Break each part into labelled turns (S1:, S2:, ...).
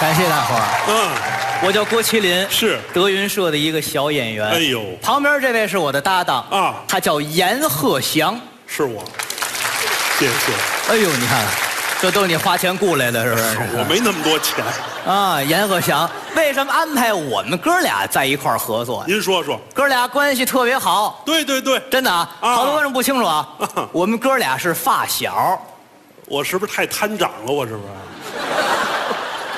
S1: 感谢大伙儿。
S2: 嗯，
S1: 我叫郭麒麟，
S2: 是
S1: 德云社的一个小演员。
S2: 哎呦
S1: 旁边这位是我的搭档
S2: 啊
S1: 他叫阎鹤祥。
S2: 是我，谢谢，
S1: 哎呦，你看，这都是你花钱雇来的，是不 是？
S2: 我没那么多钱，
S1: 啊，阎鹤祥，为什么安排我们哥俩在一块儿合作呀？
S2: 您说说。
S1: 哥俩关系特别好，
S2: 对对对，
S1: 真的啊，
S2: 啊
S1: 好多观众不清楚啊
S2: 啊，
S1: 我们哥俩是发小。
S2: 我是不是太贪长了？我是不是？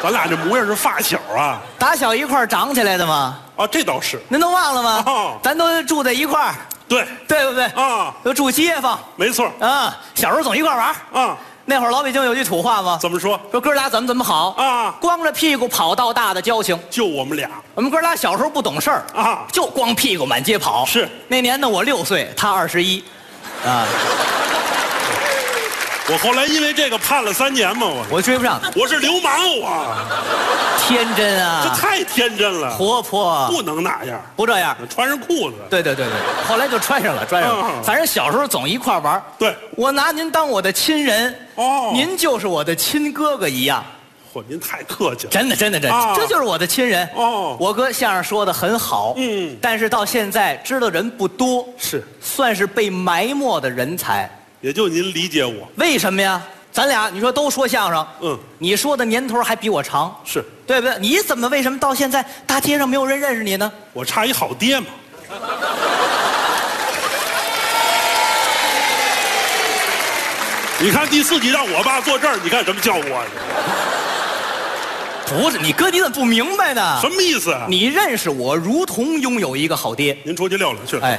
S2: 咱俩这模样是 发小啊？
S1: 打小一块儿长起来的嘛，
S2: 啊，这倒是，
S1: 您都忘了吗？
S2: 哦
S1: 咱都住在一块儿，
S2: 对，
S1: 对不对？
S2: 啊
S1: 都住街坊
S2: 没错
S1: 啊，小时候总一块儿玩儿
S2: 啊。
S1: 那会儿老北京有句土话嘛，
S2: 怎么说？
S1: 说哥俩怎么怎么好
S2: 啊
S1: 光着屁股跑到大的交情。
S2: 就我们俩，
S1: 我们哥俩小时候不懂事儿
S2: 啊
S1: 就光屁股满街跑。
S2: 是
S1: 那年呢，我六岁，他二十一，啊，
S2: 我后来因为这个判了三年嘛，我
S1: 我追不上他，
S2: 我是流氓，我
S1: 天真
S2: 这
S1: 啊，
S2: 太天真了，
S1: 活泼，啊
S2: 不能那样，
S1: 不这样。
S2: 穿上裤子，
S1: 对对对对，后来就穿上了，穿上了。
S2: 嗯
S1: 反正小时候总一块儿玩儿
S2: 对
S1: 我拿您当我的亲人，
S2: 哦
S1: 您就是我的亲哥哥一样，
S2: 嚯，您太客气了，
S1: 真的真的真的
S2: 啊
S1: 这就是我的亲人。
S2: 哦
S1: 我哥相声说的很好，
S2: 嗯
S1: 但是到现在知道人不多，
S2: 是
S1: 算是被埋没的人才。
S2: 也就您理解我，
S1: 为什么呀？咱俩你说都说相声，
S2: 嗯
S1: 你说的年头还比我长，
S2: 是
S1: 对不对？你怎么为什么到现在大街上没有人认识你呢？
S2: 我差一好爹嘛，你看第四集让我爸坐这儿，你看什么叫我呢？
S1: 不是你哥，你怎么不明白呢？
S2: 什么意思啊？
S1: 你认识我，如同拥有一个好爹。
S2: 您出去溜溜去，
S1: 哎，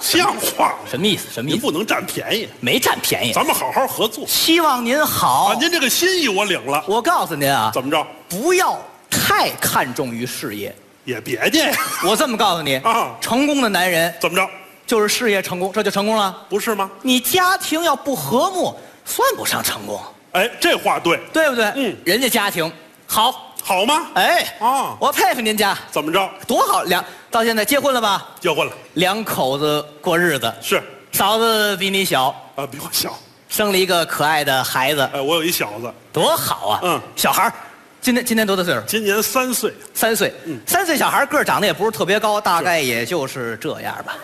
S2: 像话吗？
S1: 什么意思？什么意
S2: 您
S1: 思？
S2: 不能占便宜，
S1: 没占便宜。
S2: 咱们好好合作
S1: 希望您好
S2: 啊！。您这个心意我领了，
S1: 我告诉您啊，
S2: 怎么着
S1: 不要太看重于事业。
S2: 也别介呀，
S1: 我这么告诉你
S2: 啊
S1: 成功的男人
S2: 怎么着
S1: 就是事业成功，这就成功了。
S2: 不是吗？
S1: 你家庭要不和睦，算不上成功，
S2: 哎，这话对，
S1: 对不对？
S2: 嗯
S1: 人家家庭好，
S2: 好吗？
S1: 哎，
S2: 啊
S1: 我佩服您家
S2: 怎么着
S1: 多好，两到现在结婚了吧？
S2: 结婚了？
S1: 两口子过日子，
S2: 是
S1: 嫂子比你小，
S2: 啊，比我小，
S1: 生了一个可爱的孩子，
S2: 哎，我有一小子，
S1: 多好啊！
S2: 嗯
S1: 小孩儿今天今天多大岁数？
S2: 今年三岁，
S1: 三岁，
S2: 嗯
S1: 三岁小孩个儿长得也不是特别高，大概也就是这样吧。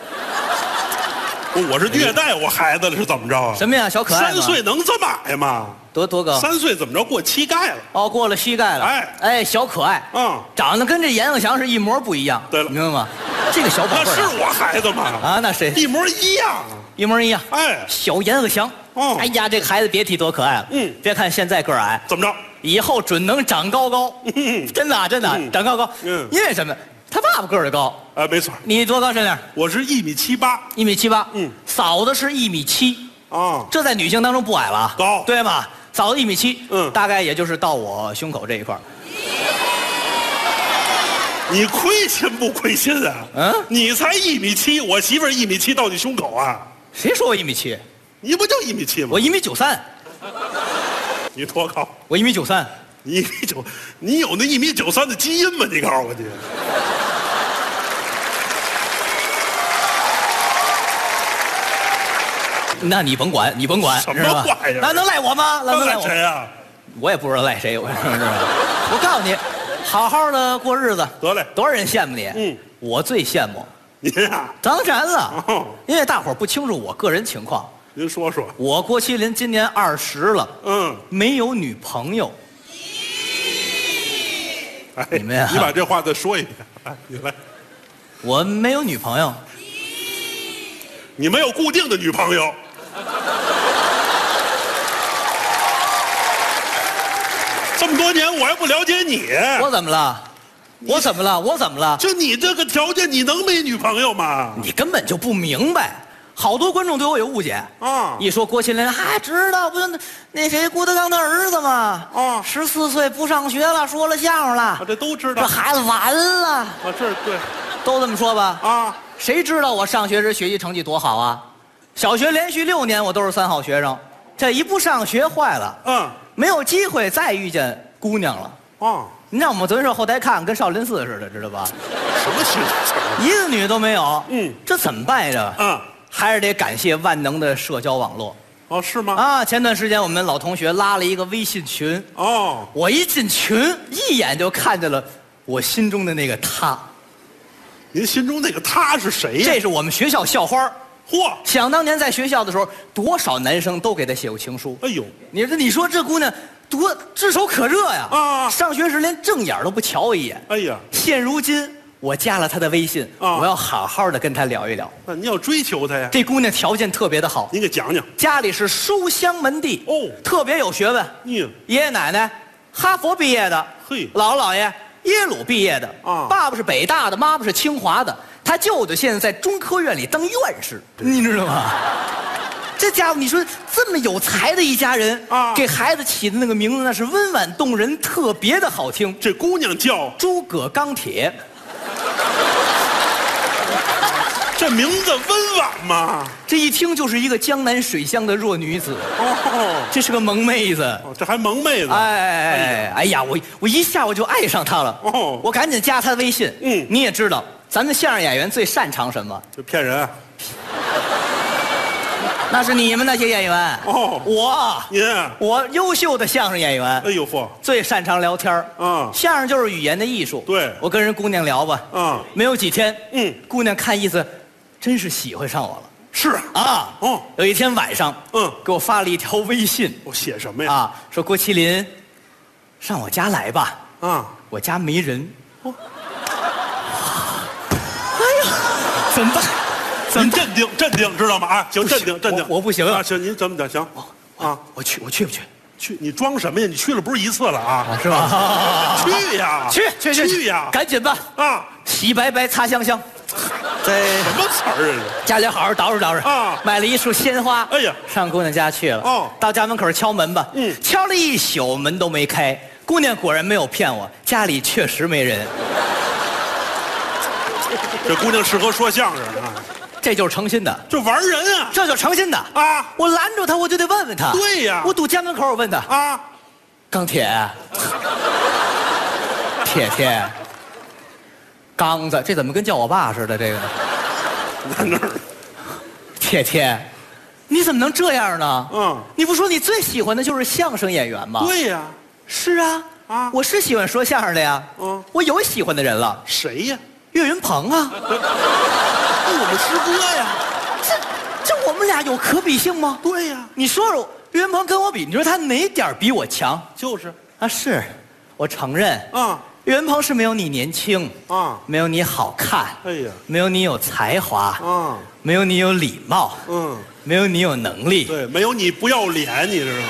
S2: 不我是虐待我孩子了，是怎么着啊？
S1: 什么呀，小可爱
S2: 三
S1: 吗啊
S2: 岁能这么矮吗？
S1: 多多高？
S2: 三岁怎么着过膝盖了？
S1: 哦，过了膝盖了。
S2: 哎
S1: 哎，小可爱，
S2: 嗯
S1: 长得跟这阎鹤祥是一模不一样。
S2: 对了
S1: 明白吗？这个小宝
S2: 那
S1: 贝
S2: 是
S1: 儿啊
S2: 我孩子吗？
S1: 啊，啊，那谁
S2: 一模一样，
S1: 一模一样。
S2: 哎，
S1: 小阎鹤祥，
S2: 哦
S1: 哎呀，这个孩子别提多可爱了。
S2: 嗯
S1: 别看现在个儿矮，
S2: 怎么着？
S1: 以后准能长高高。
S2: 嗯
S1: 真的啊真的啊
S2: 嗯
S1: 长高高。
S2: 嗯
S1: 因为什么？他爸爸个儿高，
S2: 哎，没错，
S1: 你多高身量？
S2: 我是一米七八
S1: 一米七八。
S2: 嗯
S1: 嫂子是一米七。
S2: 啊，
S1: 这在女性当中不矮了啊，
S2: 高
S1: 对吗？嫂子一米七，
S2: 嗯
S1: 大概也就是到我胸口这一块儿。
S2: 你亏心不亏心啊？
S1: 嗯
S2: 你才一米七，我媳妇儿一米七到你胸口啊，
S1: 谁说我一米七？
S2: 你不就一米七吗
S1: 我？一米九三，
S2: 你多高？
S1: 我一米九三，
S2: 你一米九，你有那一米九三的基因吗？你告诉我你，
S1: 那你甭管，你甭管，
S2: 什么
S1: 是吧
S2: 玩意儿
S1: 那能赖我吗？那能赖
S2: 赖
S1: 我？
S2: 谁啊？
S1: 我也不知道赖谁，我是不是？我告诉你，好好的过日子，
S2: 得嘞
S1: 多少人羡慕你？
S2: 嗯，
S1: 我最羡慕，
S2: 您啊，
S1: 当然了，
S2: 哦
S1: 因为大伙儿不清楚我个人情况，
S2: 您说说，
S1: 我郭麒麟今年二十了，
S2: 嗯，
S1: 没有女朋友，
S2: 哎，
S1: 你们呀
S2: 你把这话再说一遍，哎，你来，
S1: 我没有女朋 友，
S2: 你没有固定的女朋友，这么多年我还不了解你，
S1: 我怎么了？我怎么了？我怎么了？
S2: 就你这个条件，你能没女朋友吗？
S1: 你根本就不明白，好多观众对我有误解。
S2: 啊
S1: 一说郭麒麟，还、知道不就那那谁郭德纲的儿子吗？
S2: 啊
S1: 哦十四岁不上学了，说了相声了
S2: 啊，，这都知
S1: 这
S2: 道，
S1: 孩子完了，
S2: 啊，这对
S1: 都这么说吧？
S2: 啊，
S1: 谁知道我上学时学习成绩多好啊？小学连续六年我都是三好学生，这一不上学坏了，
S2: 嗯，
S1: 没有机会再遇见姑娘了。
S2: 啊，
S1: 你让我们德云社后台看，跟少林寺似的，知道吧？
S2: 什么心情？
S1: 一个女的都没有，
S2: 嗯
S1: 这怎么办呀？这个
S2: 啊，
S1: 还是得感谢万能的社交网络。
S2: 哦，是吗？
S1: 啊，前段时间我们老同学拉了一个微信群，
S2: 哦，
S1: 我一进群，一眼就看见了我心中的那个他，
S2: 您心中那个他是谁呀？
S1: 这是我们学校校花儿
S2: 嚯，
S1: 想当年在学校的时候，多少男生都给她写过情书。
S2: 哎呦，
S1: 你说，你说这姑娘多炙手可热呀！
S2: 啊
S1: 上学时连正眼都不瞧我一眼。
S2: 哎呀，
S1: 现如今我加了她的微信，
S2: 啊
S1: 我要好好的跟她聊一聊。
S2: 那您要追求他呀？
S1: 这姑娘条件特别的好，
S2: 您给讲讲。
S1: 家里是书香门第
S2: 哦
S1: 特别有学问。
S2: 嗯，
S1: 爷爷奶奶哈佛毕业的，
S2: 嘿
S1: 姥姥姥爷耶鲁毕业的，
S2: 啊
S1: 爸爸是北大的，妈妈是清华的，他舅舅现在在中科院里当院士，你知道 吗？这家伙，你说这么有才的一家人
S2: 啊
S1: 给孩子起的那个名字那是温婉动人，特别的好听。
S2: 这姑娘叫
S1: 诸葛钢铁，
S2: 这名字温婉吗？
S1: 这一听就是一个江南水乡的弱女子，
S2: 哦，
S1: 这是个萌妹子。
S2: 哦这还萌妹呢。
S1: 哎哎呀，我我一下我就爱上她了。
S2: 哦
S1: 我赶紧加她的微信。
S2: 嗯
S1: 你也知道，咱们相声演员最擅长什么？
S2: 这骗人啊。
S1: 那是你们那些演员。
S2: 哦
S1: 我
S2: 您，
S1: 我优秀的相声演员，
S2: 哎呦嚯，
S1: 最擅长聊天儿。
S2: 嗯
S1: 相声就是语言的艺术。
S2: 对
S1: 我跟人姑娘聊吧。
S2: 嗯
S1: 没有几天，
S2: 嗯
S1: 姑娘看意思，真是喜欢上我了
S2: 是啊，
S1: 啊。
S2: 哦
S1: 有一天晚上，
S2: 嗯
S1: 给我发了一条微信
S2: 我写什么呀？
S1: 啊，说郭麒麟，上我家来吧。
S2: 啊，
S1: 我家没人。
S2: 哦
S1: 哎呀，怎么办？怎
S2: 您
S1: 么办？
S2: 镇定镇定，知道吗？啊，行，
S1: 不
S2: 镇
S1: 行
S2: 定镇定。
S1: 我我不行哦
S2: 啊，行，您怎么的？行，啊，
S1: 我去，我去不去？
S2: 去，你装什么呀？你去了不是一次了啊？
S1: 是吧？
S2: 去呀，
S1: 啊去去去
S2: 去呀！
S1: 赶紧吧，
S2: 啊，
S1: 洗白白，擦香香。在
S2: 什么词儿啊？
S1: 家里好好捯饬捯饬
S2: 啊
S1: 买了一束鲜花。
S2: 哎呀
S1: 上姑娘家去了。
S2: 哦
S1: 到家门口敲门吧。
S2: 嗯
S1: 敲了一宿门都没开。姑娘果然没有骗我，家里确实没人，
S2: 这这姑娘适合说相声啊，
S1: 这就是诚心的，
S2: 这玩人啊
S1: 这就是诚心的
S2: 啊
S1: 我拦住她，我就得问问她。
S2: 对呀
S1: 我堵家门口，我问她，
S2: 啊！
S1: 钢铁，铁铁，刚子，这怎么跟叫我爸似的？这个
S2: 在那儿，
S1: 铁铁，你怎么能这样呢？
S2: 嗯，
S1: 你不说你最喜欢的就是相声演员吗？，
S2: 对呀，
S1: 是啊，
S2: 啊
S1: 我是喜欢说相声的呀。
S2: 嗯
S1: 我有喜欢的人了，
S2: 谁呀？
S1: 岳云鹏啊，
S2: 哎我们师哥呀，
S1: 这这我们俩有可比性吗？
S2: 对呀，
S1: 你说说，岳云鹏跟我比，你说他哪点儿比我强
S2: 就是
S1: 啊？是，我承认，
S2: 啊
S1: 岳云鹏是没有你年轻，
S2: 啊，
S1: 没有你好看，
S2: 哎呀
S1: 没有你有才华，
S2: 啊
S1: 没有你有礼貌，
S2: 嗯，
S1: 没有你有能力，
S2: 对，没有你不要脸，你知道吗？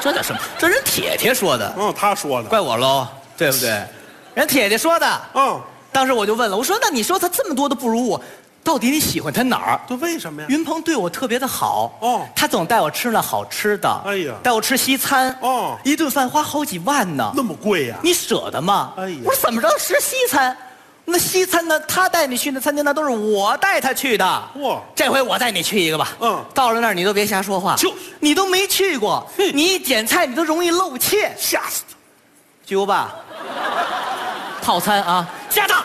S1: 这叫什么？这人铁铁说的，
S2: 嗯，他说的，
S1: 怪我喽，对不对？人铁铁说的。
S2: 嗯，
S1: 当时我就问了，我说：“那你说他这么多的不如我，到底你喜欢他哪儿
S2: 这为什么？”呀？
S1: 云鹏对我特别的好，
S2: 哦
S1: 他总带我吃那好吃的，
S2: 哎呀
S1: 带我吃西餐，
S2: 哦
S1: 一顿饭花好几万呢，
S2: 那么贵呀？
S1: 你舍得吗？
S2: 哎呀
S1: 我说怎么着吃西餐？那西餐呢？他带你去那餐厅，那都是我带他去的。
S2: 哇
S1: 这回我带你去一个吧。
S2: 哦嗯
S1: 到了那儿你都别瞎说话。
S2: 就是
S1: 你都没去过，你一点菜你都容易露怯。
S2: 吓死他！
S1: 巨无霸，套餐啊，加大。